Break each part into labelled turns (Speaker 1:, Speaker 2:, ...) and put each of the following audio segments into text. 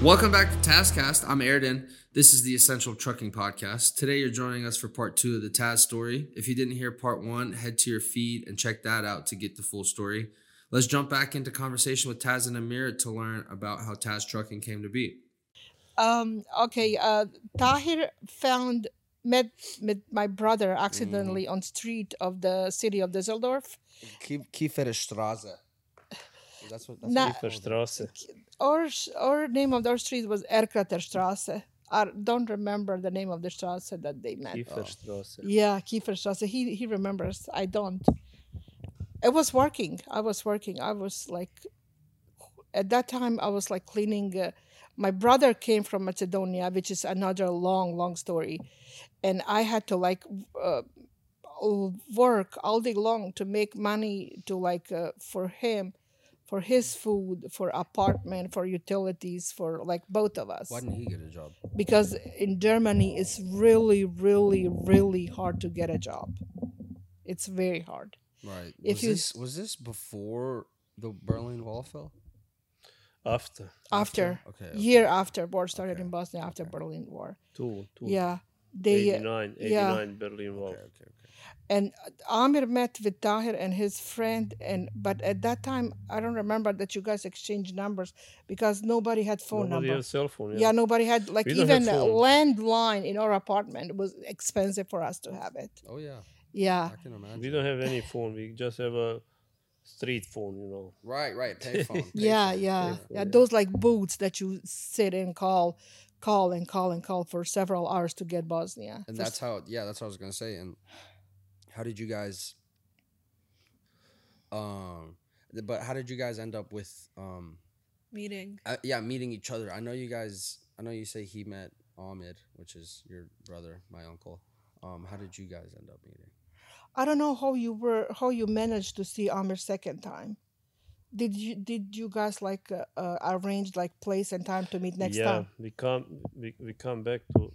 Speaker 1: Welcome back to Taskcast. I'm Airden. This is the Essential Trucking Podcast. Today, you're joining us for part two of the Taz story. If you didn't hear part one, head to your feed and check that out to get the full story. Let's jump back into conversation with Taz and Amir to learn about how Taz Trucking came to be.
Speaker 2: Um, okay, uh, Tahir found met met my brother accidentally on street of the city of Düsseldorf.
Speaker 1: Kieferstraße. That's what.
Speaker 2: what Nah.
Speaker 3: Kieferstraße.
Speaker 2: Our s- our name of our street was Erkraterstrasse. I don't remember the name of the Strasse that they
Speaker 1: Oh.
Speaker 2: met.
Speaker 3: Kieferstraße.
Speaker 2: Yeah, Kieferstrasse. He he remembers. I don't. I was working. I was working. I was like, at that time, I was like cleaning. Uh, my brother came from Macedonia, which is another long, long story, and I had to like uh, l- work all day long to make money to like uh, for him, for his food, for apartment, for utilities, for like both of us
Speaker 1: Why didn't he get a job?
Speaker 2: because in Germany it's really, really, really hard to get a job. It's very hard.
Speaker 1: Right.
Speaker 2: If
Speaker 1: was
Speaker 2: you-
Speaker 1: this was this before the Berlin Wall fell?
Speaker 3: After
Speaker 2: After,
Speaker 1: Okay.
Speaker 2: year after war started
Speaker 1: Okay.
Speaker 2: in Bosnia after
Speaker 1: Okay.
Speaker 2: Berlin War.
Speaker 3: two, two.
Speaker 2: Yeah, they
Speaker 3: 89,
Speaker 2: yeah.
Speaker 3: 89 Berlin Wall.
Speaker 1: Okay. Okay. okay.
Speaker 2: and Amir met with Tahir and his friend, and but at that time I don't remember that you guys exchanged numbers because nobody had phone
Speaker 3: Nobody
Speaker 2: number.
Speaker 3: has cell phone.
Speaker 2: Yeah.
Speaker 3: Yeah.
Speaker 2: nobody had like
Speaker 3: We don't have
Speaker 2: even a
Speaker 3: phone.
Speaker 2: landline in our apartment It was expensive for us to have it.
Speaker 1: Oh yeah,
Speaker 2: Yeah,
Speaker 1: I can imagine.
Speaker 3: We don't have any phone. We just have a street phone, you know.
Speaker 1: Right. Right. Payphone.
Speaker 2: yeah
Speaker 1: payphone.
Speaker 2: yeah
Speaker 3: Payphone,
Speaker 2: yeah
Speaker 3: yeah.
Speaker 2: those like boots that you sit and call call and call and call for several hours to get bosnia
Speaker 1: And
Speaker 2: For
Speaker 1: that's
Speaker 2: s-
Speaker 1: how. Yeah, that's what I was gonna say. And how did you guys? Um, th- but how did you guys end up with um?
Speaker 4: meeting.
Speaker 1: Uh, yeah, meeting each other. I know you guys. I know you say he met Ahmed, which is your brother, my uncle. Um, how did you guys end up meeting?
Speaker 2: i don't know how you were how you managed to see amir second time did you did you guys like uh, uh, arrange like place and time to meet next
Speaker 3: yeah,
Speaker 2: time
Speaker 3: we come we, we come back to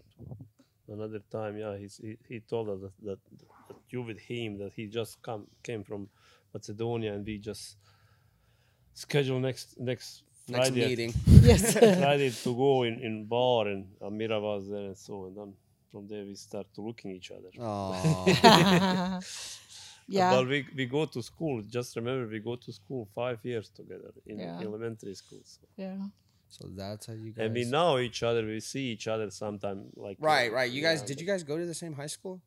Speaker 3: another time. Yeah, he's, he he told us that, that, that you with him that he just come came from Macedonia and we just schedule next next
Speaker 1: Next
Speaker 3: Friday at-
Speaker 1: meeting.
Speaker 2: Yes.
Speaker 3: Friday to go in in bar and Amira was there and so and then from there we start to looking each other.
Speaker 1: Aw.
Speaker 2: yeah
Speaker 3: But we, we go to school. Just remember, we go to school five years together in
Speaker 2: Yeah.
Speaker 3: elementary school. So.
Speaker 2: yeah
Speaker 1: so that's how you guys.
Speaker 3: And we know each other. We see each other sometime. Like uh,
Speaker 1: Right, right. You guys,
Speaker 3: yeah,
Speaker 1: did you guys go to the same high school?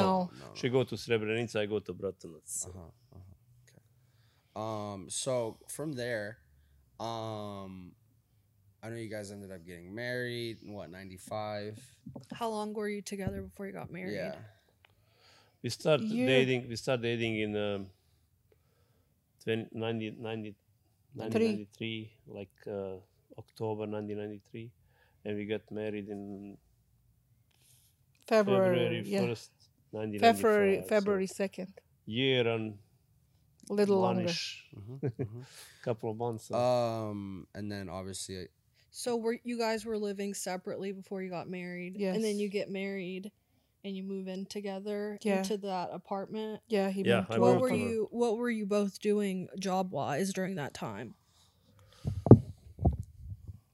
Speaker 2: no,
Speaker 3: She go to Srebrenica. I go to Bratunac.
Speaker 1: Uh-huh, uh-huh. Okay. Um. So from there, um, I know you guys ended up getting married in what ninety five.
Speaker 4: How long were you together before you got married?
Speaker 1: Yeah.
Speaker 3: We start
Speaker 2: Yeah.
Speaker 3: dating. We start dating in um, 20, 90, 90, 1993, like uh, October 1993, and we got married in
Speaker 2: february,
Speaker 3: February
Speaker 2: yeah
Speaker 3: first, 1995.
Speaker 2: february
Speaker 3: so
Speaker 2: february 2nd
Speaker 3: year and
Speaker 2: a little longer
Speaker 3: one-ish,
Speaker 1: Mhm, mhm.
Speaker 3: couple of months.
Speaker 1: um. And then obviously,
Speaker 4: So were you guys were living separately before you got married? And then
Speaker 2: Yes.
Speaker 4: you get married and you move in together
Speaker 2: Yeah.
Speaker 4: into that apartment.
Speaker 2: yeah he
Speaker 3: Yeah,
Speaker 2: moved
Speaker 3: I
Speaker 2: to
Speaker 3: moved
Speaker 4: What
Speaker 2: our-
Speaker 4: were
Speaker 3: to her.
Speaker 4: you what were you both doing job wise during that time?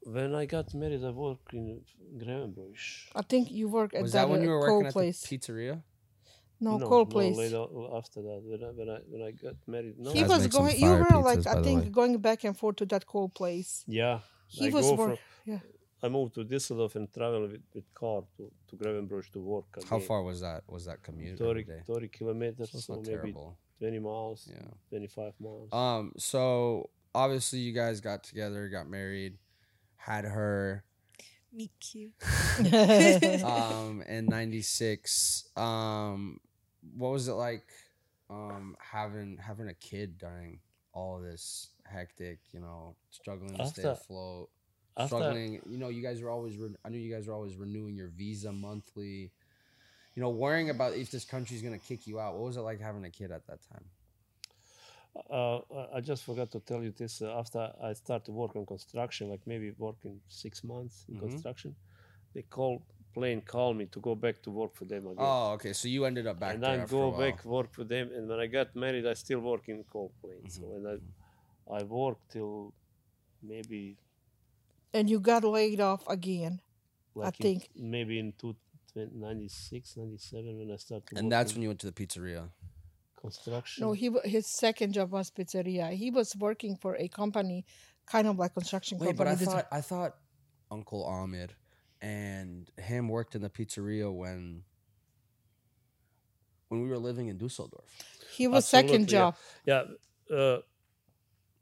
Speaker 3: When I got married, I worked in Grevenbroich.
Speaker 2: i think you work at
Speaker 1: was
Speaker 2: that,
Speaker 1: that when
Speaker 2: uh,
Speaker 1: you were
Speaker 2: coal
Speaker 1: working
Speaker 2: place
Speaker 1: at the pizzeria?
Speaker 2: no, coal place
Speaker 3: later after that, when I, when I when I got married, no.
Speaker 2: he
Speaker 1: Guys
Speaker 2: was
Speaker 1: make some
Speaker 2: going you
Speaker 1: fire
Speaker 2: were like
Speaker 1: pizzas, by
Speaker 2: i
Speaker 1: the
Speaker 2: think
Speaker 1: way.
Speaker 2: going back and forth to that coal place
Speaker 3: yeah,
Speaker 2: he
Speaker 3: I
Speaker 2: was
Speaker 3: go
Speaker 2: wor-
Speaker 3: from-
Speaker 2: yeah
Speaker 3: I moved to Düsseldorf and travel with, with car to to Grevenbroich to work. Again.
Speaker 1: How far was that? Was that commute? every
Speaker 3: 30,
Speaker 1: day?
Speaker 3: 30 kilometers,
Speaker 1: So it's
Speaker 3: so
Speaker 1: not
Speaker 3: maybe
Speaker 1: terrible.
Speaker 3: 20 miles,
Speaker 1: Yeah.
Speaker 3: 25 miles.
Speaker 1: Um. So obviously, you guys got together, got married, had her.
Speaker 4: Meet cute.
Speaker 1: um in 96 um what was it like um having having a kid during all this hectic you know struggling to stay
Speaker 3: After-
Speaker 1: afloat
Speaker 3: after-
Speaker 1: struggling you know you guys were always re- i knew you guys were always renewing your visa monthly you know worrying about if this country's gonna kick you out what was it like having a kid at that time
Speaker 3: Uh, I- I just forgot to tell you this. Uh, after I start to work on construction, like maybe working six months in
Speaker 1: Mhm.
Speaker 3: construction, they call plane call me to go back to work for them again.
Speaker 1: oh okay so you ended up back
Speaker 3: and
Speaker 1: there
Speaker 3: then
Speaker 1: after a
Speaker 3: go
Speaker 1: while.
Speaker 3: back work for them. And when I got married, I still work
Speaker 1: Mm-hmm.
Speaker 3: in coal plane. So
Speaker 1: Mhm,
Speaker 3: and I I worked till maybe
Speaker 2: and you got laid off again.
Speaker 3: Like in-
Speaker 2: think-
Speaker 3: maybe in two, twen- 96, 97 when I started.
Speaker 1: And that's when you went to the pizzeria.
Speaker 3: construction.
Speaker 2: No, he wa- his second job was pizzeria. He was working for a company, kind of like construction
Speaker 1: Wait, but
Speaker 2: company.
Speaker 1: I
Speaker 2: This-
Speaker 1: thought I thought Uncle Ahmed and him worked in the pizzeria when when we were living in Dusseldorf.
Speaker 2: he was second
Speaker 3: Absolutely, yeah.
Speaker 2: job.
Speaker 3: yeah uh,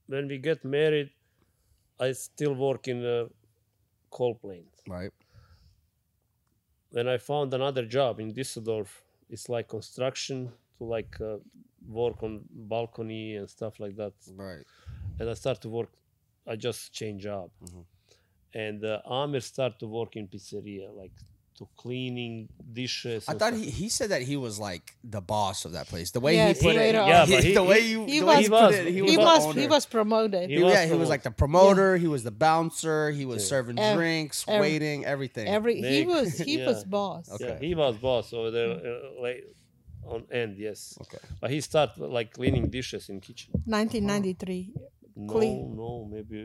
Speaker 3: when we get married i still work in a coal plant
Speaker 1: Right.
Speaker 3: when i found another job in düsseldorf it's like construction to like uh, work on balcony and stuff like that
Speaker 1: Right.
Speaker 3: and i start to work i just change job
Speaker 1: Mhm.
Speaker 3: and uh, amir start to work in pizzeria like to cleaning dishes
Speaker 1: I
Speaker 3: and
Speaker 1: thought
Speaker 3: stuff.
Speaker 1: he, he said that he was like the boss of that place. The way
Speaker 2: Yes,
Speaker 1: he put it,
Speaker 2: later
Speaker 1: yeah,
Speaker 2: Yeah, on.
Speaker 3: but he-
Speaker 1: the way
Speaker 3: he-
Speaker 1: you,
Speaker 2: he
Speaker 1: the
Speaker 2: was-
Speaker 1: way he put it,
Speaker 3: he
Speaker 1: he was,
Speaker 2: He
Speaker 1: the
Speaker 2: was
Speaker 1: owner.
Speaker 2: he was promoted.
Speaker 3: He
Speaker 1: He-
Speaker 3: was
Speaker 1: yeah, he was
Speaker 3: promoted.
Speaker 1: like the promoter. He was the bouncer. He was
Speaker 3: Yeah.
Speaker 1: serving
Speaker 2: Ev-
Speaker 1: drinks,
Speaker 2: ev-
Speaker 1: waiting, everything.
Speaker 2: Every he
Speaker 3: Nick.
Speaker 2: was he
Speaker 3: Yeah.
Speaker 2: was boss.
Speaker 1: Okay.
Speaker 3: Yeah, he was boss over there, uh, like on end, yes.
Speaker 1: Okay.
Speaker 3: But he started like cleaning dishes in kitchen.
Speaker 1: Uh-huh.
Speaker 2: 1993.
Speaker 3: No,
Speaker 2: Clean.
Speaker 3: no, maybe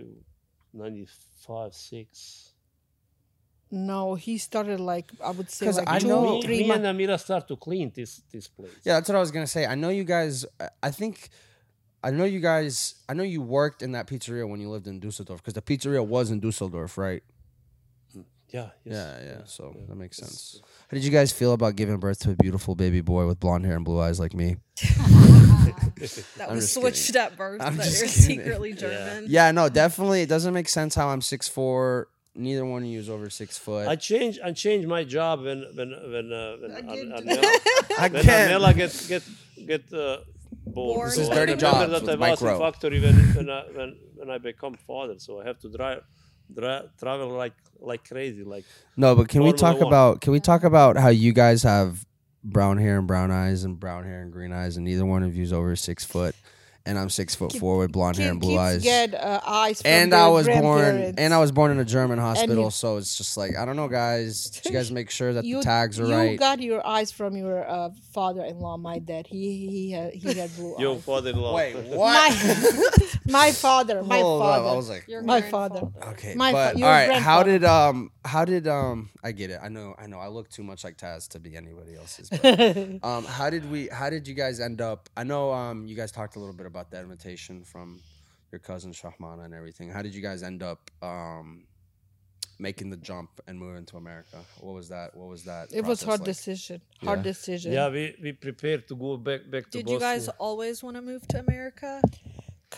Speaker 3: 95, 6.
Speaker 2: No, he started like I would say
Speaker 1: 'Cause
Speaker 2: like
Speaker 1: I
Speaker 2: two,
Speaker 1: know-
Speaker 3: me,
Speaker 2: three
Speaker 3: me and
Speaker 2: months.
Speaker 3: Amira start to clean this this place.
Speaker 1: Yeah, that's what I was gonna say. I know you guys. I- I think, I know you guys. I know you worked in that pizzeria when you lived in Dusseldorf because the pizzeria was in Dusseldorf, right?
Speaker 3: yeah, yes,
Speaker 1: yeah, yeah, So
Speaker 3: yeah.
Speaker 1: that makes
Speaker 3: It's-
Speaker 1: sense. How did you guys feel about giving birth to a beautiful baby boy with blonde hair and blue eyes like me?
Speaker 4: That
Speaker 1: I'm
Speaker 4: was
Speaker 1: just
Speaker 4: switched
Speaker 1: kidding.
Speaker 4: at birth,
Speaker 1: I'm
Speaker 4: that
Speaker 1: just
Speaker 4: you're
Speaker 1: kidding.
Speaker 4: secretly
Speaker 1: Yeah.
Speaker 4: German.
Speaker 1: Yeah, no, definitely. It doesn't make sense how I'm six four. Neither one of you is over six foot.
Speaker 3: I changed I changed my job when when when uh, when
Speaker 4: I
Speaker 3: An-
Speaker 4: did.
Speaker 3: Anela,
Speaker 1: I
Speaker 3: when
Speaker 1: can't.
Speaker 3: Anela get get get uh, born.
Speaker 4: Born. This
Speaker 3: So
Speaker 4: is
Speaker 3: I
Speaker 4: dirty
Speaker 3: remember
Speaker 1: jobs
Speaker 3: that
Speaker 1: with
Speaker 3: I was
Speaker 1: micro.
Speaker 3: in factory when when I, when when I become father, so I have to drive, drive travel like like crazy, like
Speaker 1: No, but can we
Speaker 3: Formula
Speaker 1: talk
Speaker 3: One.
Speaker 1: about can we talk about how you guys have brown hair and brown eyes and brown hair and green eyes and neither one of you is over six foot and I'm six foot
Speaker 2: Kid-
Speaker 1: four with blonde hair
Speaker 2: Kid-
Speaker 1: and blue
Speaker 2: kids
Speaker 1: eyes.
Speaker 2: get uh, eyes. From
Speaker 1: and
Speaker 2: their
Speaker 1: I was born
Speaker 2: grandparents.
Speaker 1: and I was born in a German hospital,
Speaker 2: you-
Speaker 1: so it's just like I don't know, guys. Did you guys make sure that
Speaker 2: You-
Speaker 1: the tags are
Speaker 2: you
Speaker 1: right?
Speaker 2: got your eyes from your uh, father-in-law, my dad. He he had, he had blue
Speaker 3: your
Speaker 2: eyes.
Speaker 3: father-in-law.
Speaker 1: Wait, what?
Speaker 2: My, my father, my
Speaker 1: Hold up,
Speaker 2: father.
Speaker 1: I was like,
Speaker 4: Your
Speaker 2: My
Speaker 4: grandfather.
Speaker 2: father.
Speaker 1: okay,
Speaker 2: my fa-
Speaker 1: but all
Speaker 2: your
Speaker 1: right. How
Speaker 2: grandfather.
Speaker 1: did um? How did um? I get it. I know. I know. I look too much like Taz to be anybody else's. But Um, how did we? How did you guys end up? I know um, you guys talked a little bit about that invitation from your cousin Shahmana and everything. How did you guys end up um, making the jump and moving to America? What was that? What was that?
Speaker 2: it was
Speaker 1: process
Speaker 2: hard
Speaker 1: like?
Speaker 2: decision. Hard
Speaker 1: Yeah.
Speaker 2: decision.
Speaker 3: Yeah, we we prepared to go back back to
Speaker 4: Did
Speaker 3: Bosnia.
Speaker 4: you guys always want to move to America?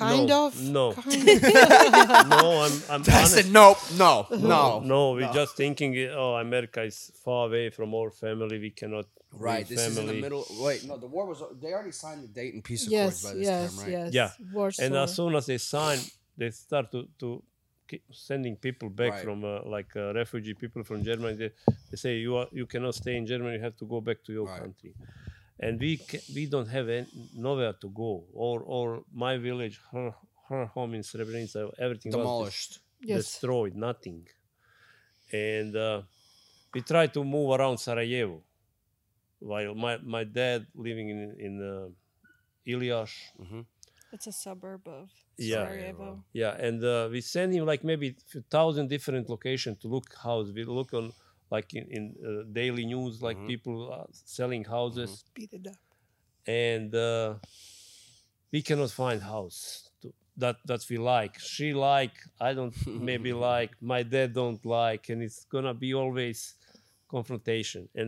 Speaker 2: Kind
Speaker 3: No,
Speaker 2: of.
Speaker 3: no.
Speaker 2: Kind of.
Speaker 3: no, I'm I'm
Speaker 1: I
Speaker 3: honest.
Speaker 1: said nope, no, no.
Speaker 3: no, we're just thinking. Oh, America is far away from our family. We cannot. leave
Speaker 1: Right, this is in the
Speaker 3: family."
Speaker 1: middle. Wait, no, the war was. They already signed the Dayton Peace Accords
Speaker 2: yes,
Speaker 1: by this
Speaker 2: yes,
Speaker 1: time, right?
Speaker 2: yes.
Speaker 3: Yeah.
Speaker 2: Warsaw.
Speaker 3: And as soon as they sign, they start to to keep sending people back
Speaker 1: Right.
Speaker 3: from uh, like uh, refugee people from Germany. They, they say you are you cannot stay in Germany. You have to go back to your
Speaker 1: Right.
Speaker 3: country. And we ca- we don't have any, nowhere to go. Or or my village, her her home in Srebrenica, everything was dis-
Speaker 1: Demolished.
Speaker 2: yes.
Speaker 3: destroyed, nothing. And uh, we tried to move around Sarajevo. While my, my dad living in in uh, Iliash,
Speaker 4: It's a suburb of
Speaker 3: Yeah.
Speaker 4: Sarajevo.
Speaker 3: yeah, and uh, we sent him like maybe a thousand different locations to look house. We look on like in, in uh, daily news, like
Speaker 1: Mhm.
Speaker 3: people uh, selling houses,
Speaker 2: Beat it up.
Speaker 3: and uh, we cannot find house to, that that we like. She like, I don't maybe like, my dad don't like, and it's gonna be always confrontation. And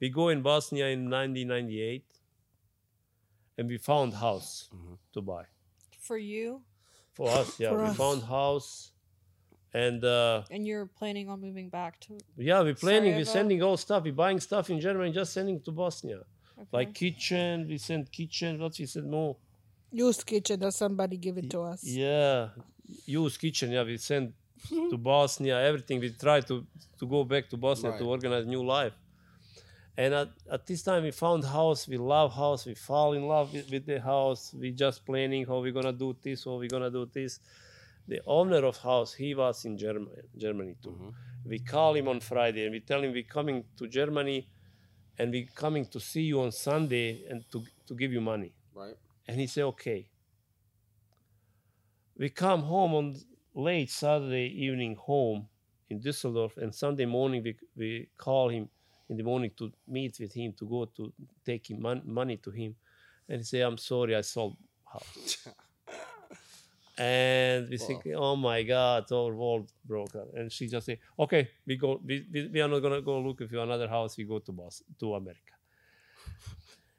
Speaker 3: we go in Bosnia in 1998, and we found house
Speaker 1: Mhm.
Speaker 3: to buy
Speaker 4: For you,
Speaker 3: for us. Yeah,
Speaker 2: For
Speaker 3: we
Speaker 2: us.
Speaker 3: found house, and uh,
Speaker 4: and you're planning on moving back to.
Speaker 3: yeah, we're planning. We're
Speaker 4: Sarajevo.
Speaker 3: sending all stuff. We're buying stuff in Germany, just sending to Bosnia.
Speaker 4: okay.
Speaker 3: Like kitchen, we sent kitchen. What we sent more.
Speaker 2: Used kitchen or somebody give it to us.
Speaker 3: Yeah, use kitchen. Yeah, we send to Bosnia everything. We try to to go back to Bosnia to
Speaker 1: Right.
Speaker 3: organize new life. And at, at this time, we found house. We love house. We fall in love with, with the house. We just planning how we gonna do this, how we gonna do this. The owner of house, he was in Germany, Germany too.
Speaker 1: Mhm.
Speaker 3: We call him on Friday and we tell him we coming to Germany, and we coming to see you on Sunday and to to give you money.
Speaker 1: Right.
Speaker 3: And he said, okay. We come home on late Saturday evening home in Düsseldorf, and Sunday morning we, we call him in the morning to meet with him to go to take him mon- money to him, and he say, "I'm sorry, I sold house." and we think, "Oh my God, our world broke up." And she just say, "Okay, we go. We, we, we are not gonna go look for another house. We go to Boston, to America."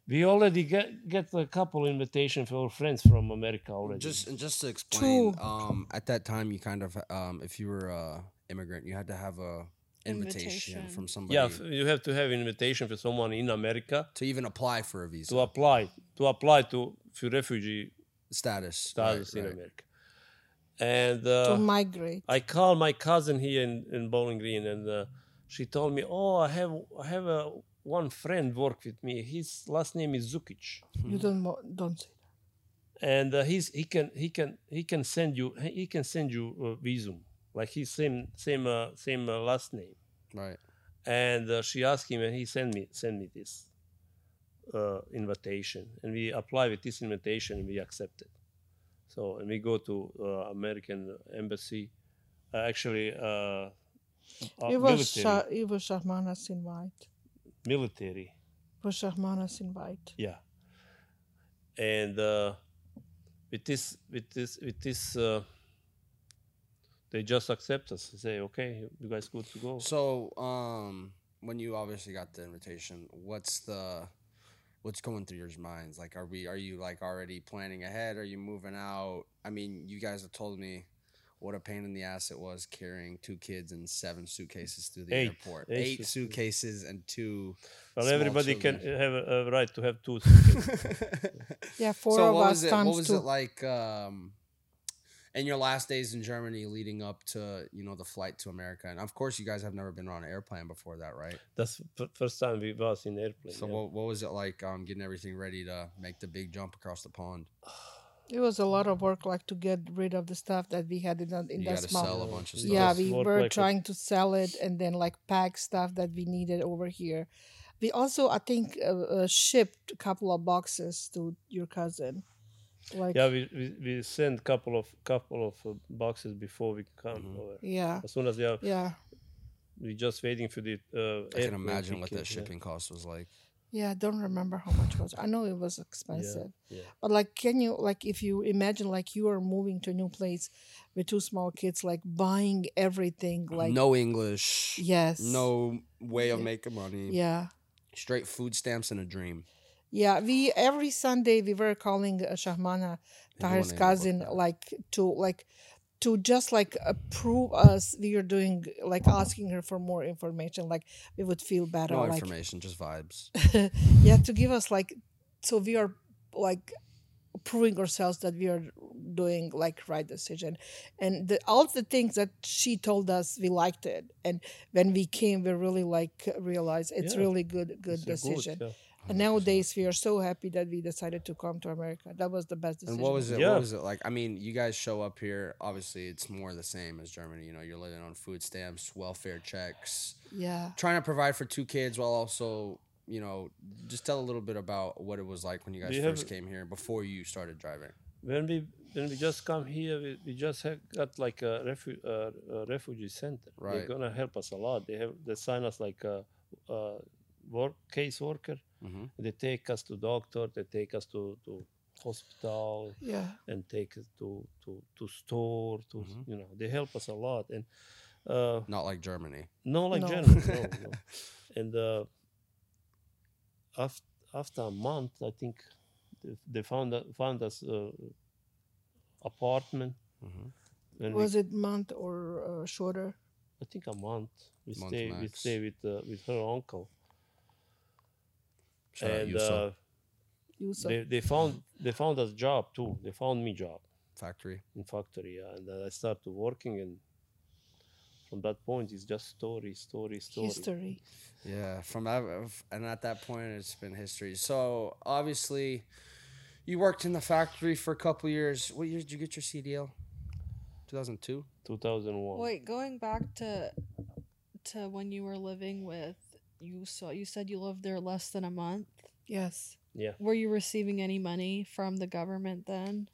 Speaker 3: We already get get a couple invitation for our friends from America already.
Speaker 1: Just and just to explain,
Speaker 2: Two.
Speaker 1: um, at that time you kind of um, if you were a immigrant, you had to have a invitation,
Speaker 4: Invitation.
Speaker 1: from somebody
Speaker 3: Yeah, f- you have to have invitation for someone in America
Speaker 1: to even apply for a visa
Speaker 3: to apply to apply to for refugee
Speaker 1: status.
Speaker 3: status
Speaker 1: right,
Speaker 3: in
Speaker 1: right.
Speaker 3: America. And
Speaker 2: to
Speaker 3: uh,
Speaker 2: migrate.
Speaker 3: I called my cousin here in, in Bowling Green, and uh, she told me, "Oh, I have I have a one friend work with me. His last name is Zukic,
Speaker 2: You don't mo- don't
Speaker 3: Uh,
Speaker 2: say
Speaker 3: and uh, he's he can he can he can send you he can send you uh, visum like he's same same uh, same uh, last name."
Speaker 1: Right.
Speaker 3: and uh, she asked him and he sent me sent me this uh, invitation and we apply with this invitation and we accept it so and we go to uh, american embassy uh, actually uh, uh,
Speaker 2: that. It was
Speaker 3: military,
Speaker 2: Shah, it was Shahmanas in white.
Speaker 3: military
Speaker 2: It was Shahmanas in white.
Speaker 3: yeah and uh, with this with this with this uh, they just accept us they say okay you guys good to go
Speaker 1: So, um, when you obviously got the invitation, what's the what's going through your minds? Like, are we are you like already planning ahead? Are you moving out? I mean, you guys have told me what a pain in the ass it was carrying two kids and seven suitcases through the
Speaker 3: Eight.
Speaker 1: airport.
Speaker 3: Eight
Speaker 1: Eight,
Speaker 3: suitcases.
Speaker 1: suitcases and two.
Speaker 3: well
Speaker 1: small
Speaker 3: everybody can
Speaker 1: children.
Speaker 3: have a, a right to have two
Speaker 2: Yeah, four
Speaker 1: so
Speaker 2: of
Speaker 1: what
Speaker 2: us
Speaker 1: was it?
Speaker 2: times
Speaker 1: What was
Speaker 2: two.
Speaker 1: it like? Um, in your last days in Germany, leading up to you know the flight to America, and of course you guys have never been on an airplane before that, right?
Speaker 3: That's f- first time we was in airplane.
Speaker 1: So
Speaker 3: yeah.
Speaker 1: what, what was it like um, getting everything ready to make the big jump across the pond?
Speaker 2: It was a lot of work, like to get rid of the stuff that we had in, that- in
Speaker 1: you
Speaker 2: that
Speaker 1: gotta
Speaker 2: small.
Speaker 1: sell a bunch of stuff.
Speaker 2: Yeah,
Speaker 3: Just
Speaker 2: we
Speaker 3: work
Speaker 2: were
Speaker 3: like a-
Speaker 2: trying to sell it and then like pack stuff that we needed over here. We also, I think, uh, uh, shipped a couple of boxes to your cousin. Like,
Speaker 3: yeah, we, we we send couple of couple of uh, boxes before we come
Speaker 1: Mhm.
Speaker 3: over.
Speaker 2: yeah,
Speaker 3: As soon as we are,
Speaker 2: yeah,
Speaker 3: we just waiting for the. Uh,
Speaker 1: I can
Speaker 3: airplane
Speaker 1: imagine
Speaker 3: to
Speaker 1: what
Speaker 3: kick,
Speaker 1: that
Speaker 3: yeah.
Speaker 1: shipping cost was like.
Speaker 2: yeah. I don't remember how much it was. I know it was expensive,
Speaker 3: yeah.
Speaker 2: but like, can you like if you imagine like you are moving to a new place with two small kids, like buying everything, like
Speaker 1: no English,
Speaker 2: yes,
Speaker 1: no way of
Speaker 2: Yeah.
Speaker 1: making money.
Speaker 2: yeah.
Speaker 1: Straight food stamps and a dream.
Speaker 2: Yeah, we every Sunday we were calling uh, Shahmana,
Speaker 1: you wanna
Speaker 2: Tahir's
Speaker 1: end up
Speaker 2: cousin,
Speaker 1: like that.
Speaker 2: like to like to just like approve us we are doing like asking her for more information like we would feel better
Speaker 1: No
Speaker 2: like
Speaker 1: information, just vibes.
Speaker 2: yeah to give us like so we are like proving ourselves that we are doing like right decision and the, all the things that she told us we liked it and when we came we really like realized it's
Speaker 3: Yeah.
Speaker 2: really good good
Speaker 3: It's a
Speaker 2: decision
Speaker 3: yeah.
Speaker 2: and
Speaker 1: 100%.
Speaker 2: nowadays we are so happy that we decided to come to America. That was the best decision.
Speaker 1: And what was it?
Speaker 3: Yeah.
Speaker 1: What was it like? I mean, you guys show up here. Obviously, it's more the same as Germany. You know, you're living on food stamps, welfare checks,
Speaker 2: Yeah.
Speaker 1: trying to provide for two kids while also, you know, just tell a little bit about what it was like when you guys
Speaker 3: We have-
Speaker 1: first came here before you started driving.
Speaker 3: When we when we just come here, we, we just have got like a, refu- uh, a refugee center.
Speaker 1: Right.
Speaker 3: They're gonna help us a lot. They have they sign us like a, a work case worker.
Speaker 1: Mm-hmm.
Speaker 3: They take us to doctor. They take us to to hospital.
Speaker 2: Yeah.
Speaker 3: and take it to to to store to
Speaker 1: Mhm.
Speaker 3: you know they help us a lot and uh
Speaker 1: Not like Germany.
Speaker 3: no like
Speaker 2: No.
Speaker 3: Germany, no, no. and uh after after a month i think they, they found u- found us uh, apartment
Speaker 1: Mm-hmm.
Speaker 3: and
Speaker 2: Was it month or uh, shorter?
Speaker 3: i think a month we
Speaker 1: Month
Speaker 3: stay we
Speaker 1: max.
Speaker 3: stay with uh, with her uncle
Speaker 1: Shout out
Speaker 3: and
Speaker 1: Yusa
Speaker 3: uh,
Speaker 2: Yusuf.
Speaker 3: they, they found they found us job too they found me job
Speaker 1: factory.
Speaker 3: in factory yeah, and then I started working and from that point it's just story story story
Speaker 2: History.
Speaker 1: Yeah, from that, of- and at that point, it's been history. So obviously, you worked in the factory for a couple years. What year did you get your CDL? Two thousand two.
Speaker 3: 2001
Speaker 4: Wait, going back to to when you were living with you saw you said you lived there less than a month.
Speaker 2: Yes.
Speaker 3: yeah
Speaker 4: Were you receiving any money from the government then?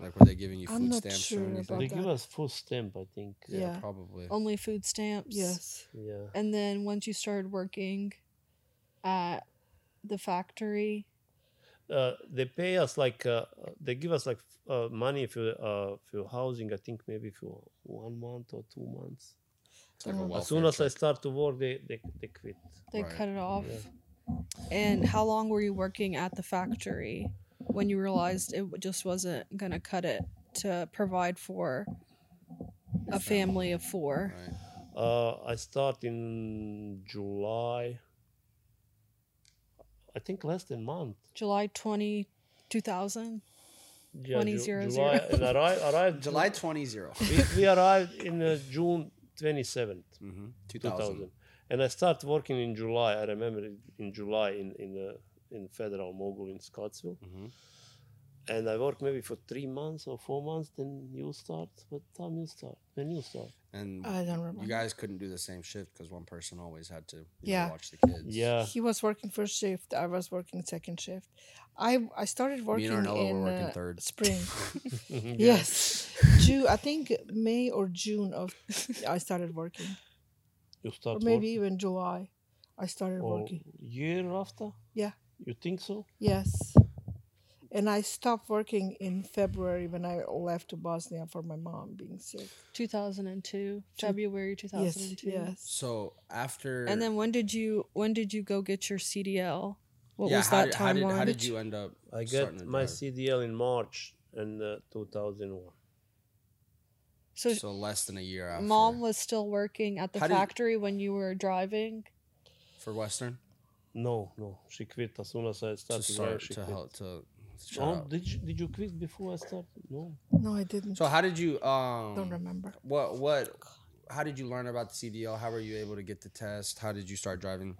Speaker 1: Like, were they giving you food
Speaker 2: I'm not
Speaker 1: stamps
Speaker 2: sure
Speaker 1: or anything?
Speaker 2: about
Speaker 3: They
Speaker 2: that.
Speaker 3: give us food stamp, I think.
Speaker 1: yeah,
Speaker 2: yeah.
Speaker 1: probably.
Speaker 4: Only food stamps.
Speaker 2: Yes.
Speaker 3: Yeah.
Speaker 4: And then once you started working at the factory,
Speaker 3: Uh, they pay us like uh, they give us like f- uh, money for uh, for housing. I think maybe for one month or two months.
Speaker 1: It's like a
Speaker 2: As
Speaker 1: welfare
Speaker 3: as soon as I
Speaker 1: check.
Speaker 3: start to work, they they, they quit.
Speaker 4: they
Speaker 1: Right.
Speaker 4: cut it off.
Speaker 3: Yeah.
Speaker 4: And how long were you working at the factory when you realized it w- just wasn't going to cut it to provide for a family of four?
Speaker 1: Right.
Speaker 3: Uh, I start in July. I think less than month.
Speaker 4: July 20, 2000?
Speaker 3: Yeah,
Speaker 4: 2000.
Speaker 3: July and arrived arrived
Speaker 1: July 20 0.
Speaker 3: we, we arrived in uh, June twenty seventh.
Speaker 1: mm-hmm.
Speaker 3: 2000.
Speaker 1: 2000.
Speaker 3: And I started working in July. I remember it in July in in the in Federal Mogul in Scottsville.
Speaker 1: Mhm.
Speaker 3: And I worked maybe for three months or four months. Then you start. What time you start? When you start?
Speaker 1: And
Speaker 2: I don't remember.
Speaker 1: you guys couldn't do the same shift because one person always had to you know,
Speaker 2: Yeah.
Speaker 1: watch the kids.
Speaker 3: Yeah.
Speaker 2: He was working first shift. I was working second shift. I I started
Speaker 1: Me
Speaker 2: working
Speaker 1: and Arnella
Speaker 2: in
Speaker 1: were working
Speaker 2: uh,
Speaker 1: third.
Speaker 2: spring.
Speaker 3: Yeah.
Speaker 2: yes, June. I think May or June of I started working,
Speaker 3: You
Speaker 2: or
Speaker 3: start
Speaker 2: maybe even July. I started
Speaker 3: work, or
Speaker 2: working.
Speaker 3: year after.
Speaker 2: Yeah.
Speaker 3: You think so?
Speaker 2: Yes, and I stopped working in February when I left to Bosnia for my mom being sick.
Speaker 4: 2002, February
Speaker 2: Yes,
Speaker 4: 2002.
Speaker 2: yes.
Speaker 1: So after.
Speaker 4: And then when did you when did you go get your CDL? What
Speaker 1: yeah,
Speaker 4: was
Speaker 1: how
Speaker 4: that
Speaker 1: did, how
Speaker 4: timeline?
Speaker 1: did, how did you end up?
Speaker 3: I
Speaker 1: starting
Speaker 3: got
Speaker 1: to
Speaker 3: my
Speaker 1: drive?
Speaker 3: CDL in March in uh, 2001.
Speaker 4: so,
Speaker 1: So less than a year after.
Speaker 4: mom was still working at the
Speaker 1: How did-
Speaker 4: factory when you were driving.
Speaker 1: For Western?
Speaker 3: No, no, she quit as soon as I
Speaker 1: To
Speaker 3: started.
Speaker 1: start.
Speaker 3: she
Speaker 1: To
Speaker 3: quit.
Speaker 1: help. To. shut
Speaker 3: Oh,
Speaker 1: up.
Speaker 3: did you, did you quit before I started? No.
Speaker 2: No, I didn't.
Speaker 1: So how did you. um?
Speaker 2: don't remember.
Speaker 1: What. What. How did you learn about the CDL? How were you able to get the test? How did you start driving?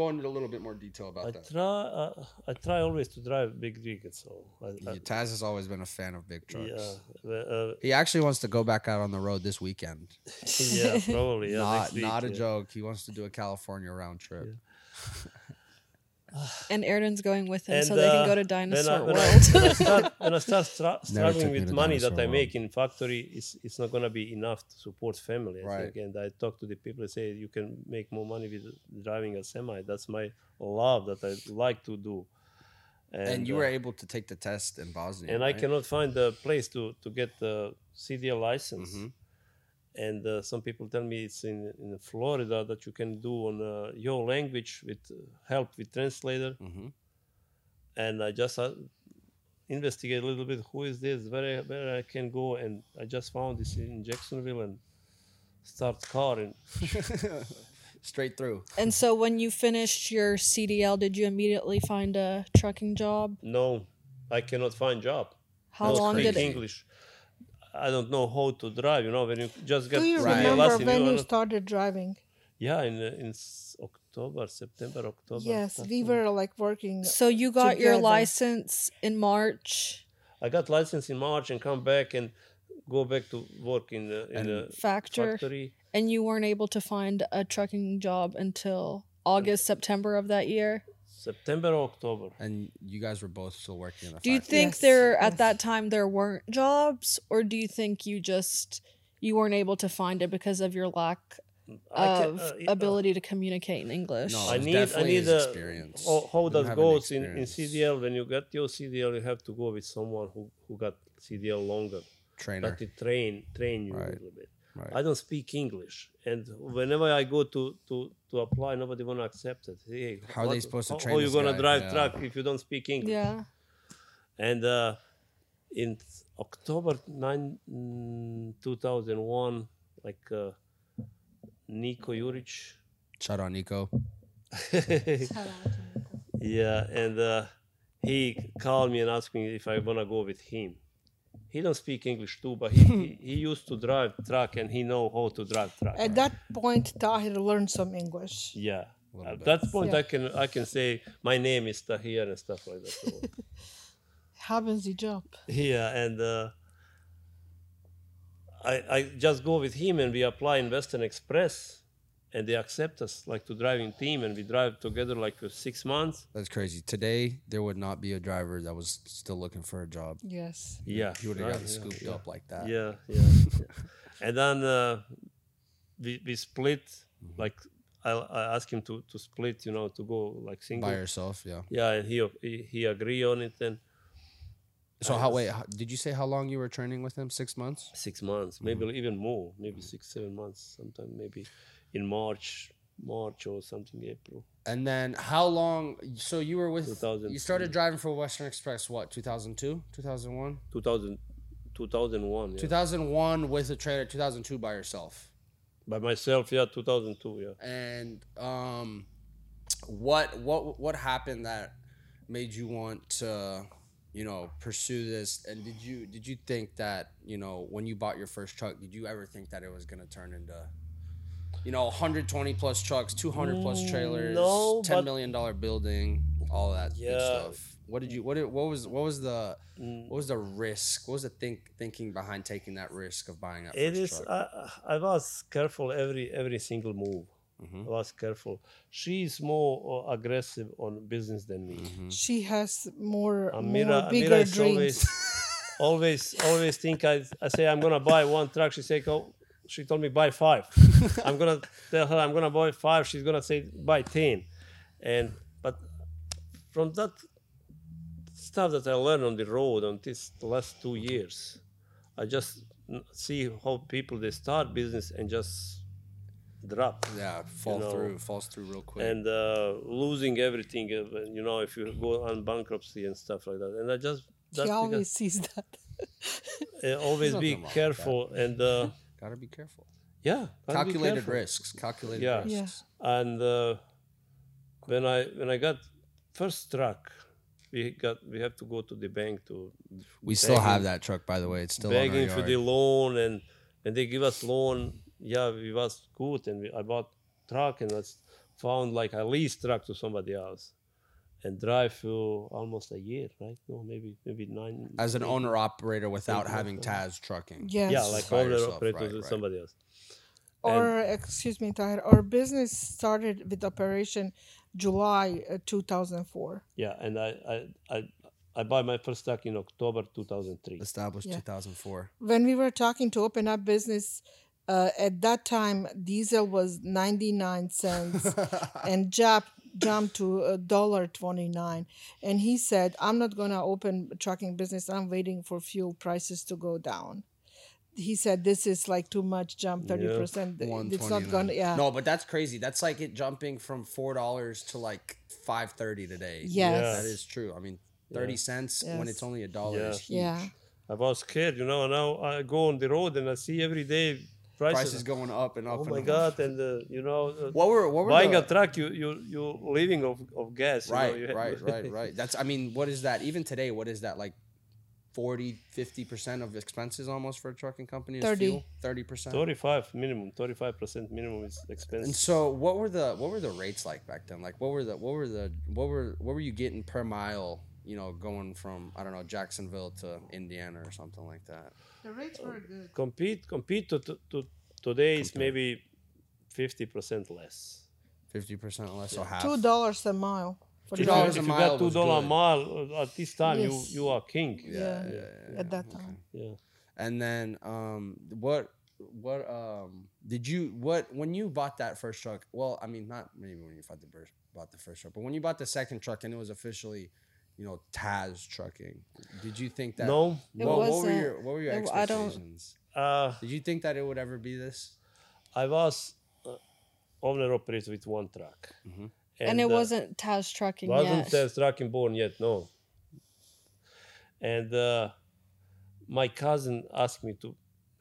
Speaker 1: Go into a little bit more detail about
Speaker 3: I
Speaker 1: that.
Speaker 3: try. Uh, I try always to drive big rigs. So I,
Speaker 1: Yeah,
Speaker 3: I,
Speaker 1: Taz has always been a fan of big trucks.
Speaker 3: yeah, uh,
Speaker 1: He actually wants to go back out on the road this weekend.
Speaker 3: yeah, probably. yeah,
Speaker 1: not
Speaker 3: next week,
Speaker 1: not a
Speaker 3: yeah.
Speaker 1: joke. He wants to do a California round trip.
Speaker 4: And Airden's going with him
Speaker 3: And,
Speaker 4: so they can
Speaker 3: uh,
Speaker 4: go
Speaker 3: When
Speaker 4: to
Speaker 3: I,
Speaker 4: Dinosaur
Speaker 3: when, I,
Speaker 4: World.
Speaker 3: when I start, when I start stra- struggling
Speaker 1: took me
Speaker 3: with
Speaker 1: to
Speaker 3: money that
Speaker 1: Dinosaur
Speaker 3: I
Speaker 1: World.
Speaker 3: make in factory, it's, it's not gonna be enough to support family. I
Speaker 1: Right.
Speaker 3: think. And I talk to the people. I say you can make more money with driving a semi. That's my love that I like to do.
Speaker 1: And, you were
Speaker 3: uh,
Speaker 1: able to take the test in Bosnia.
Speaker 3: and I
Speaker 1: right?
Speaker 3: cannot find a place to to get the CDL license.
Speaker 1: Mhm.
Speaker 3: And uh, some people tell me it's in, in Florida that you can do on uh, your language with uh, help with translator.
Speaker 1: Mhm.
Speaker 3: And I just uh, investigate a little bit who is this, where I, where I can go, and I just found this in Jacksonville and start car and
Speaker 1: Straight through.
Speaker 4: and so when you finished your CDL, did you immediately find a trucking job?
Speaker 3: no, I cannot find job.
Speaker 4: How
Speaker 3: no,
Speaker 4: long
Speaker 3: speak
Speaker 4: did it?
Speaker 3: English. I don't know how to drive. You know when you just get
Speaker 2: Do you
Speaker 3: CDL
Speaker 1: Right.
Speaker 2: remember
Speaker 3: license,
Speaker 2: when
Speaker 3: are
Speaker 2: you
Speaker 3: not-
Speaker 2: started driving?
Speaker 3: Yeah, in uh, in s- October, September, October.
Speaker 2: Yes, we
Speaker 3: something.
Speaker 2: were like working.
Speaker 4: So you got your
Speaker 2: Together.
Speaker 4: license in March
Speaker 3: I got license in March and come back and go back to work in the in
Speaker 1: And-
Speaker 3: the
Speaker 4: factor,
Speaker 3: factory.
Speaker 4: and you weren't able to find a trucking job until August, September of that year.
Speaker 3: September, October.
Speaker 1: And you guys were both still working in a
Speaker 4: Do you
Speaker 1: factory.
Speaker 4: think
Speaker 2: Yes,
Speaker 4: there at
Speaker 2: yes.
Speaker 4: that time there weren't jobs, or do you think you just you weren't able to find it because of your lack
Speaker 3: ca- uh,
Speaker 4: of
Speaker 3: yeah,
Speaker 4: ability to communicate in English?
Speaker 1: No,
Speaker 3: I
Speaker 1: it's
Speaker 3: need I
Speaker 1: definitely
Speaker 3: need
Speaker 1: his
Speaker 3: a
Speaker 1: experience.
Speaker 3: how, how
Speaker 1: We don't
Speaker 3: that
Speaker 1: have any
Speaker 3: goes in, in
Speaker 1: experience.
Speaker 3: CDL. When you get your CDL, you have to go with someone who, who got CDL longer.
Speaker 1: trainer?
Speaker 3: That to train train you a
Speaker 1: Right.
Speaker 3: little bit.
Speaker 1: Right.
Speaker 3: I don't speak English, and whenever I go to to to apply, nobody wanna accept it. Hey,
Speaker 1: How are they supposed to
Speaker 3: how-
Speaker 1: train
Speaker 3: How you
Speaker 1: this
Speaker 3: gonna
Speaker 1: guy?
Speaker 3: drive
Speaker 1: Yeah.
Speaker 3: truck if you don't speak English?
Speaker 4: Yeah.
Speaker 3: And uh, in October 9, mm, 2001, like uh, Niko Juric.
Speaker 1: Shout out Nico.
Speaker 3: yeah, and uh, he called me and asked me if I want to go with him. He don't speak English too, but he, he, he used to drive truck and he know how to drive truck.
Speaker 2: At that point, Tahir learned some English.
Speaker 3: yeah.
Speaker 1: Little
Speaker 3: At
Speaker 1: bit.
Speaker 3: that point,
Speaker 2: Yeah.
Speaker 3: I can I can say my name is Tahir and stuff like that. So,
Speaker 2: Happens the job.
Speaker 3: Yeah, and uh, I I just go with him and we apply in Western Express, and they accept us like to driving team, and we drive together like for six months.
Speaker 1: That's crazy. Today there would not be a driver that was still looking for a job.
Speaker 2: Yes.
Speaker 3: Yeah,
Speaker 1: He would have
Speaker 3: right,
Speaker 1: gotten
Speaker 3: yeah,
Speaker 1: scooped
Speaker 3: yeah.
Speaker 1: up like that.
Speaker 3: Yeah, yeah. and then uh, we we split.
Speaker 1: Mm-hmm.
Speaker 3: Like I I asked him to to split, you know, to go like single.
Speaker 1: By yourself, yeah.
Speaker 3: Yeah, and he he, he agreed on it. And
Speaker 1: So
Speaker 3: I
Speaker 1: how
Speaker 3: was-
Speaker 1: wait, how, did you say how long you were training with him? Six months?
Speaker 3: six months, maybe even more, maybe six seven months, sometime maybe in March, March or something April.
Speaker 1: And then how long so you were with you
Speaker 3: 2003.
Speaker 1: started driving for Western Express what, 2002, 2001?
Speaker 3: 2000, 2001, yeah.
Speaker 1: 2001 with a trainer, 2002 by yourself.
Speaker 3: by myself, yeah, 2002, yeah.
Speaker 1: And um what what what happened that made you want to you know pursue this and did you did you think that you know when you bought your first truck did you ever think that it was going to turn into you know 120 plus trucks 200 plus trailers
Speaker 3: Mm, no,
Speaker 1: ten
Speaker 3: but-
Speaker 1: million dollar building all that good
Speaker 3: Yeah.
Speaker 1: stuff what did you what did, what was what was the
Speaker 3: Mm.
Speaker 1: what was the risk what was the think thinking behind taking that risk of buying that
Speaker 3: It
Speaker 1: first
Speaker 3: is.
Speaker 1: truck?
Speaker 3: I, I I was careful every every single move.
Speaker 1: Mhm.
Speaker 3: I was careful. She is more uh, aggressive on business than me.
Speaker 2: She has more,
Speaker 3: Hmm. Amira,
Speaker 2: more
Speaker 3: Amira
Speaker 2: bigger
Speaker 3: is
Speaker 2: dreams.
Speaker 3: always, always, always think I, I say I'm gonna buy one truck. She say, oh, she told me buy five. I'm gonna tell her I'm gonna buy five. She's gonna say buy ten, and but from that stuff that I learned on the road on this last two years, I just n- see how people they start business and just drop
Speaker 1: yeah fall
Speaker 3: know,
Speaker 1: through falls through real quick
Speaker 3: and uh, losing everything. uh, You know, if you go on bankruptcy and stuff like that, and I just
Speaker 2: She
Speaker 3: that's
Speaker 2: always
Speaker 3: because
Speaker 2: sees that.
Speaker 3: uh, always
Speaker 1: Nothing
Speaker 3: be
Speaker 1: wrong with that.
Speaker 3: careful and uh,
Speaker 1: gotta be careful
Speaker 3: yeah, gotta be
Speaker 1: calculated
Speaker 3: careful.
Speaker 1: risks calculated
Speaker 3: Yeah.
Speaker 1: risks
Speaker 2: Yeah.
Speaker 3: And uh, when I when I got first truck, we got we have to go to the bank to
Speaker 1: We still have
Speaker 3: Begging-
Speaker 1: that truck, by the way. It's still
Speaker 3: begging
Speaker 1: on
Speaker 3: for
Speaker 1: our
Speaker 3: the
Speaker 1: yard.
Speaker 3: loan and and they give us loan. Yeah, we was good and we, I bought truck and I s- found like a lease truck to somebody else. And drive for almost a year, right? No, maybe maybe nine.
Speaker 1: as an
Speaker 3: eight-
Speaker 1: owner operator without having
Speaker 3: Exactly.
Speaker 1: Taz trucking.
Speaker 2: Yes.
Speaker 3: yeah, like
Speaker 1: by
Speaker 3: owner
Speaker 1: yourself,
Speaker 3: operator
Speaker 1: right,
Speaker 3: with
Speaker 1: right.
Speaker 3: somebody else.
Speaker 2: Or excuse me, Tahir. Our business started with operation July uh, 2004.
Speaker 3: Yeah, and I I I, I buy my first truck in October 2003.
Speaker 1: Established
Speaker 2: Yeah.
Speaker 1: 2004.
Speaker 2: When we were talking to open up business, uh, at that time diesel was 99 cents and Jap jumped to a dollar 29 and he said i'm not going to open a trucking business i'm waiting for fuel prices to go down he said this is like too much jump 30% it's not
Speaker 1: 129.
Speaker 2: going to yeah
Speaker 1: No, but that's crazy. That's like it jumping from four dollars to like five thirty today.
Speaker 2: Yes.
Speaker 1: that is true. I mean, thirty cents when
Speaker 2: Yes.
Speaker 1: it's only a dollar
Speaker 3: Yeah.
Speaker 1: is huge.
Speaker 2: yeah
Speaker 3: I was scared, you know. Now I go on the road and I see every day prices.
Speaker 1: Price is going up and up.
Speaker 3: oh
Speaker 1: and
Speaker 3: my
Speaker 1: up.
Speaker 3: God! And uh, you know, uh,
Speaker 1: What were what were
Speaker 3: buying
Speaker 1: the,
Speaker 3: a truck, you you you living of, of gas. you know,
Speaker 1: right
Speaker 3: you ha-
Speaker 1: right right right that's i mean what is that even today what is that like 40 50% of expenses almost for a trucking company is
Speaker 2: 30.
Speaker 1: fuel 30%
Speaker 3: Thirty-five minimum, thirty-five percent minimum is
Speaker 1: and
Speaker 3: expensive.
Speaker 1: so what were the what were the rates like back then like what were the what were the what were what were you getting per mile you know going from i don't know jacksonville to indiana or something like that
Speaker 2: the rates were good
Speaker 3: Compete, compete to, to, to today is maybe fifty percent less.
Speaker 1: 50% less so half
Speaker 2: two dollars a mile for
Speaker 1: Two
Speaker 3: If
Speaker 2: the-
Speaker 3: you-
Speaker 1: dollars a
Speaker 3: if
Speaker 1: mile
Speaker 3: you got two
Speaker 1: was
Speaker 3: dollar
Speaker 1: good.
Speaker 3: mile uh, at this time,
Speaker 2: Yes.
Speaker 3: you you are king.
Speaker 2: yeah, at that time
Speaker 3: yeah.
Speaker 1: and then um what what um did you what when you bought that first truck well i mean not maybe when you bought the first bought the first truck but when you bought the second truck and it was officially you know taz trucking did you think that
Speaker 3: No,
Speaker 4: It
Speaker 1: what, what were
Speaker 4: wasn't-
Speaker 1: your what were your
Speaker 4: it w- I don't-
Speaker 1: expectations
Speaker 3: uh,
Speaker 1: did you think that it would ever be this
Speaker 3: I was uh, owner operator with one truck,
Speaker 1: Mhm.
Speaker 4: And, it
Speaker 3: uh,
Speaker 4: wasn't Taz trucking
Speaker 3: wasn't
Speaker 4: yet.
Speaker 3: test trucking born yet. No, and uh, my cousin asked me to.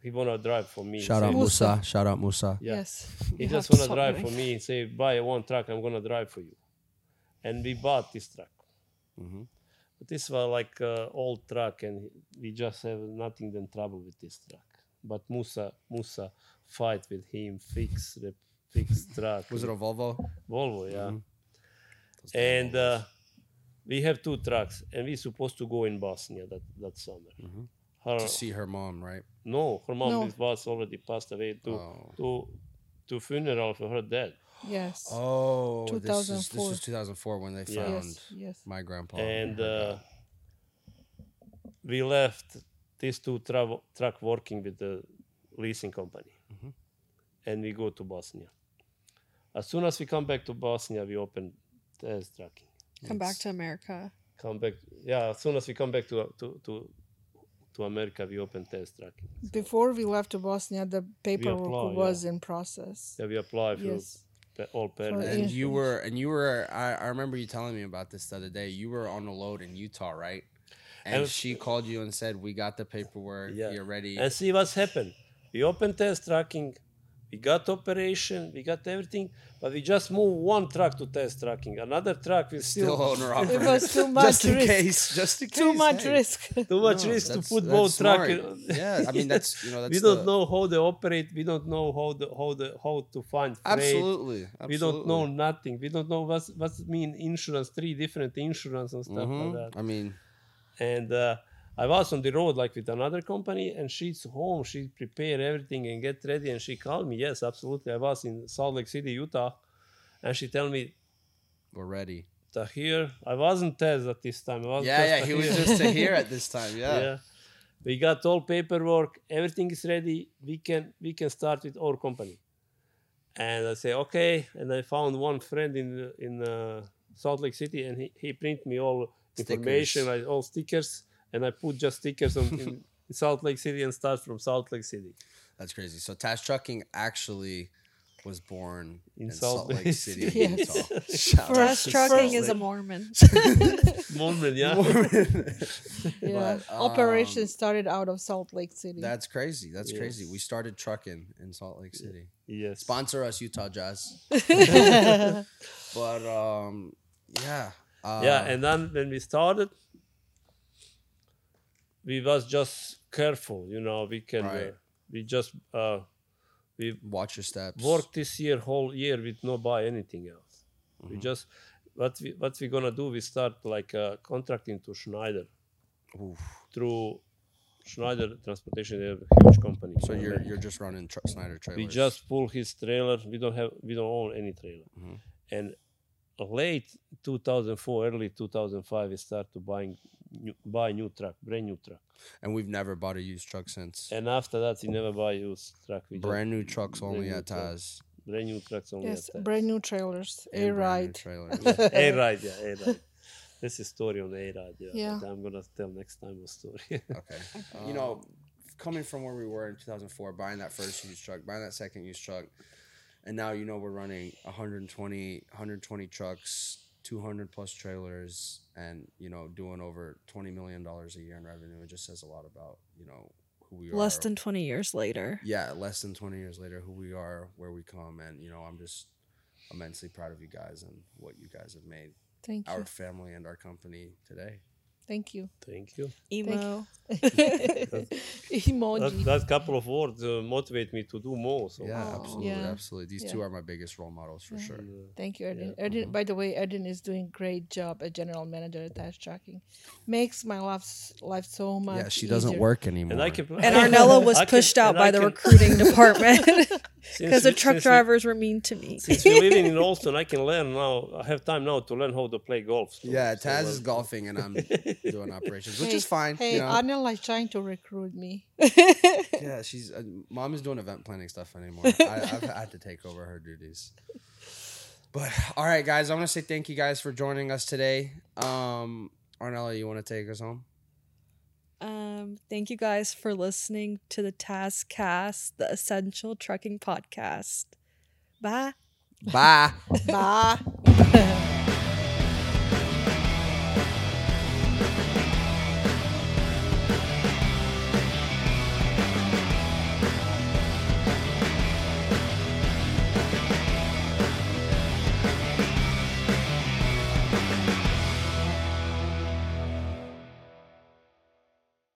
Speaker 3: He wanna drive for me.
Speaker 1: shout out
Speaker 3: say-
Speaker 2: Musa.
Speaker 1: musa shout out musa
Speaker 3: Yeah.
Speaker 2: yes
Speaker 3: He
Speaker 4: You have
Speaker 3: just
Speaker 4: to
Speaker 3: wanna
Speaker 4: stop
Speaker 3: drive
Speaker 4: doing
Speaker 3: for me and say, buy one truck. I'm gonna drive for you, and we bought this truck.
Speaker 1: Mhm.
Speaker 3: But this was like uh, old truck, and we just have nothing than trouble with this truck. But Musa, Musa, fight with him, fix, rep, fix truck.
Speaker 1: was it a volvo
Speaker 3: Volvo? Yeah.
Speaker 1: Those damn
Speaker 3: and uh,
Speaker 1: Volvos.
Speaker 3: we have two trucks, and we're supposed to go in Bosnia that, that summer.
Speaker 1: Mhm.
Speaker 3: Her,
Speaker 1: to see her mom right
Speaker 3: no, her mom
Speaker 2: No.
Speaker 3: is was already passed away to
Speaker 1: Oh.
Speaker 3: to to funeral for her dad.
Speaker 2: Yes.
Speaker 1: Oh, this is this
Speaker 2: 2004.
Speaker 1: was 2004 when they
Speaker 3: Yeah.
Speaker 1: found
Speaker 2: Yes. Yes.
Speaker 1: my grandpa.
Speaker 3: and uh, we left these two travel truck working with the leasing company
Speaker 1: Mhm.
Speaker 3: and we go to bosnia as soon as we come back to bosnia we open test trucking
Speaker 4: Come back to America.
Speaker 3: come back yeah as soon as we come back to uh, to to, to america we open test trucking
Speaker 2: Before we left to Bosnia, the paperwork
Speaker 3: apply,
Speaker 2: was in process.
Speaker 3: yeah, we apply for
Speaker 2: Yes.
Speaker 3: pe- all permits
Speaker 2: yeah.
Speaker 1: and you were and you were I, I remember you telling me about this the other day. You were on a load in Utah, right? And
Speaker 3: was-
Speaker 1: she called you and said, "We got the paperwork.
Speaker 3: Yeah.
Speaker 1: You're ready."
Speaker 3: and see what's happened. We opened test tracking, we got operation, we got everything, but we just moved one truck to test tracking. Another truck we still,
Speaker 1: Still owner
Speaker 2: It
Speaker 1: operator.
Speaker 2: was too much
Speaker 1: just in
Speaker 2: risk.
Speaker 1: case. Just in case.
Speaker 2: Too much
Speaker 1: hey.
Speaker 2: risk.
Speaker 3: too much
Speaker 1: No,
Speaker 3: risk to
Speaker 1: that's-
Speaker 3: put
Speaker 1: that's
Speaker 3: both truck.
Speaker 1: smart.
Speaker 3: in-
Speaker 1: Yeah, I mean that's you know that's
Speaker 3: we don't
Speaker 1: the-
Speaker 3: know how they operate. We don't know how the how the how to find freight.
Speaker 1: Absolutely, absolutely.
Speaker 3: We don't know nothing. We don't know what's what's mean insurance. Three different insurance and stuff
Speaker 1: Mhm.
Speaker 3: like that.
Speaker 1: I mean,
Speaker 3: And uh, I was on the road like with another company, and she's home. She prepared everything and get ready, and she called me. Yes, absolutely. I was in Salt Lake City, Utah, and she tell me,
Speaker 1: we're ready.
Speaker 3: Tahir, I wasn't Tez at this time. I was
Speaker 1: Yeah, yeah.
Speaker 3: just
Speaker 1: He was
Speaker 3: Tahir."
Speaker 1: just a here at this time. Yeah.
Speaker 3: yeah. We got all paperwork. Everything is ready. We can we can start with our company. And I say okay. And I found one friend in in uh, Salt Lake City, and he he print me all information, like all stickers, and I put just stickers on in Salt Lake City and start from Salt Lake City.
Speaker 1: That's crazy. So Tash Trucking actually was born
Speaker 3: In
Speaker 1: in,
Speaker 3: Salt
Speaker 1: Salt Lake
Speaker 3: Lake
Speaker 1: City,
Speaker 2: City.
Speaker 1: Utah. Shout out
Speaker 4: Test
Speaker 1: to
Speaker 4: trucking
Speaker 1: Salt
Speaker 4: is a
Speaker 1: Lake.
Speaker 4: Mormon.
Speaker 3: Mormon, yeah.
Speaker 2: Yeah.
Speaker 1: But, um,
Speaker 2: Operation started out of Salt Lake City.
Speaker 1: That's crazy. That's crazy. We
Speaker 3: Yes.
Speaker 1: started trucking in Salt Lake City.
Speaker 3: Yes.
Speaker 1: Sponsor us, Utah Jazz. But um, yeah. Uh,
Speaker 3: yeah and then when we started we was just careful you know we can uh,
Speaker 1: Right.
Speaker 3: we just uh we
Speaker 1: watch your steps.
Speaker 3: worked this year whole year with no buy anything else we
Speaker 1: Mm-hmm.
Speaker 3: just what we what we gonna do we start like uh, contracting to schneider
Speaker 1: Oof.
Speaker 3: through schneider transportation they're a huge company
Speaker 1: So
Speaker 3: you know,
Speaker 1: you're
Speaker 3: they-
Speaker 1: you're just running tr- Snyder trailers.
Speaker 3: we just pull his trailer we don't have we don't own any trailer
Speaker 1: Mhm.
Speaker 3: and late 2004 early 2005 we start to buying new, buy new truck brand new truck
Speaker 1: and we've never bought a used truck since.
Speaker 3: and after that we never buy used truck we just-
Speaker 1: Brand new trucks
Speaker 3: brand
Speaker 1: only
Speaker 3: new
Speaker 1: at
Speaker 3: truck.
Speaker 1: Taz.
Speaker 3: brand new trucks only
Speaker 2: yes,
Speaker 3: at
Speaker 2: brand new trailers,
Speaker 1: and
Speaker 2: a
Speaker 1: brand new
Speaker 2: ride.
Speaker 1: trailers.
Speaker 3: a ride yeah a ride this is story on a ride yeah,
Speaker 2: Yeah.
Speaker 3: but i'm gonna tell next time a story
Speaker 1: Okay. you know, coming from where we were in 2004, buying that first used truck, buying that second used truck, and now you know we're running 120, 120 trucks, 200 plus trailers, and you know doing over 20 million dollars a year in revenue. It just says a lot about you know who we are.
Speaker 4: Less than 20 years later.
Speaker 1: yeah, less than 20 years later, who we are, where we come, and you know I'm just immensely proud of you guys and what you guys have made
Speaker 2: Thank you.
Speaker 1: our family and our company today.
Speaker 2: Thank you.
Speaker 3: thank you
Speaker 4: Emo.
Speaker 3: that,
Speaker 4: Oh,
Speaker 2: Emoji.
Speaker 3: that couple of words uh, motivate me to do more so
Speaker 1: Yeah,
Speaker 2: Aw.
Speaker 1: absolutely,
Speaker 2: Oh, Yeah.
Speaker 1: absolutely. These
Speaker 2: Yeah.
Speaker 1: two are my biggest role models for
Speaker 2: Yeah.
Speaker 1: sure.
Speaker 3: uh,
Speaker 2: Thank you, Erdin.
Speaker 3: Yeah.
Speaker 1: uh-huh.
Speaker 2: Erdin by the way, Erdin is doing great job as general manager at Dash Tracking. Makes my life life so much.
Speaker 1: Yeah, she doesn't
Speaker 2: easier.
Speaker 1: work anymore.
Speaker 3: and i can
Speaker 4: And Arnella was
Speaker 3: I can-
Speaker 4: pushed out
Speaker 3: and
Speaker 4: by
Speaker 3: I
Speaker 4: the
Speaker 3: can-
Speaker 4: recruiting department
Speaker 3: since
Speaker 4: because the
Speaker 3: we-
Speaker 4: truck
Speaker 3: since we-
Speaker 4: drivers were mean to me.
Speaker 3: since we're living in Austin, I can learn now. I have time now to learn how to play golf. so-
Speaker 1: Yeah,
Speaker 3: so,
Speaker 1: Taz
Speaker 3: uh,
Speaker 1: is golfing and I'm doing operations, which
Speaker 2: Hey,
Speaker 1: is fine.
Speaker 2: Hey,
Speaker 1: you know?
Speaker 2: Arnella is trying to recruit me.
Speaker 1: yeah, she's uh, mom is doing event planning stuff anymore. I, I've had to take over her duties. But all right, guys, I want to say thank you guys for joining us today. Um, Arnella, you want to take us home?
Speaker 4: Um, thank you guys for listening to the Taskcast, the Essential Trucking Podcast. Bye.
Speaker 1: Bye.
Speaker 2: Bye.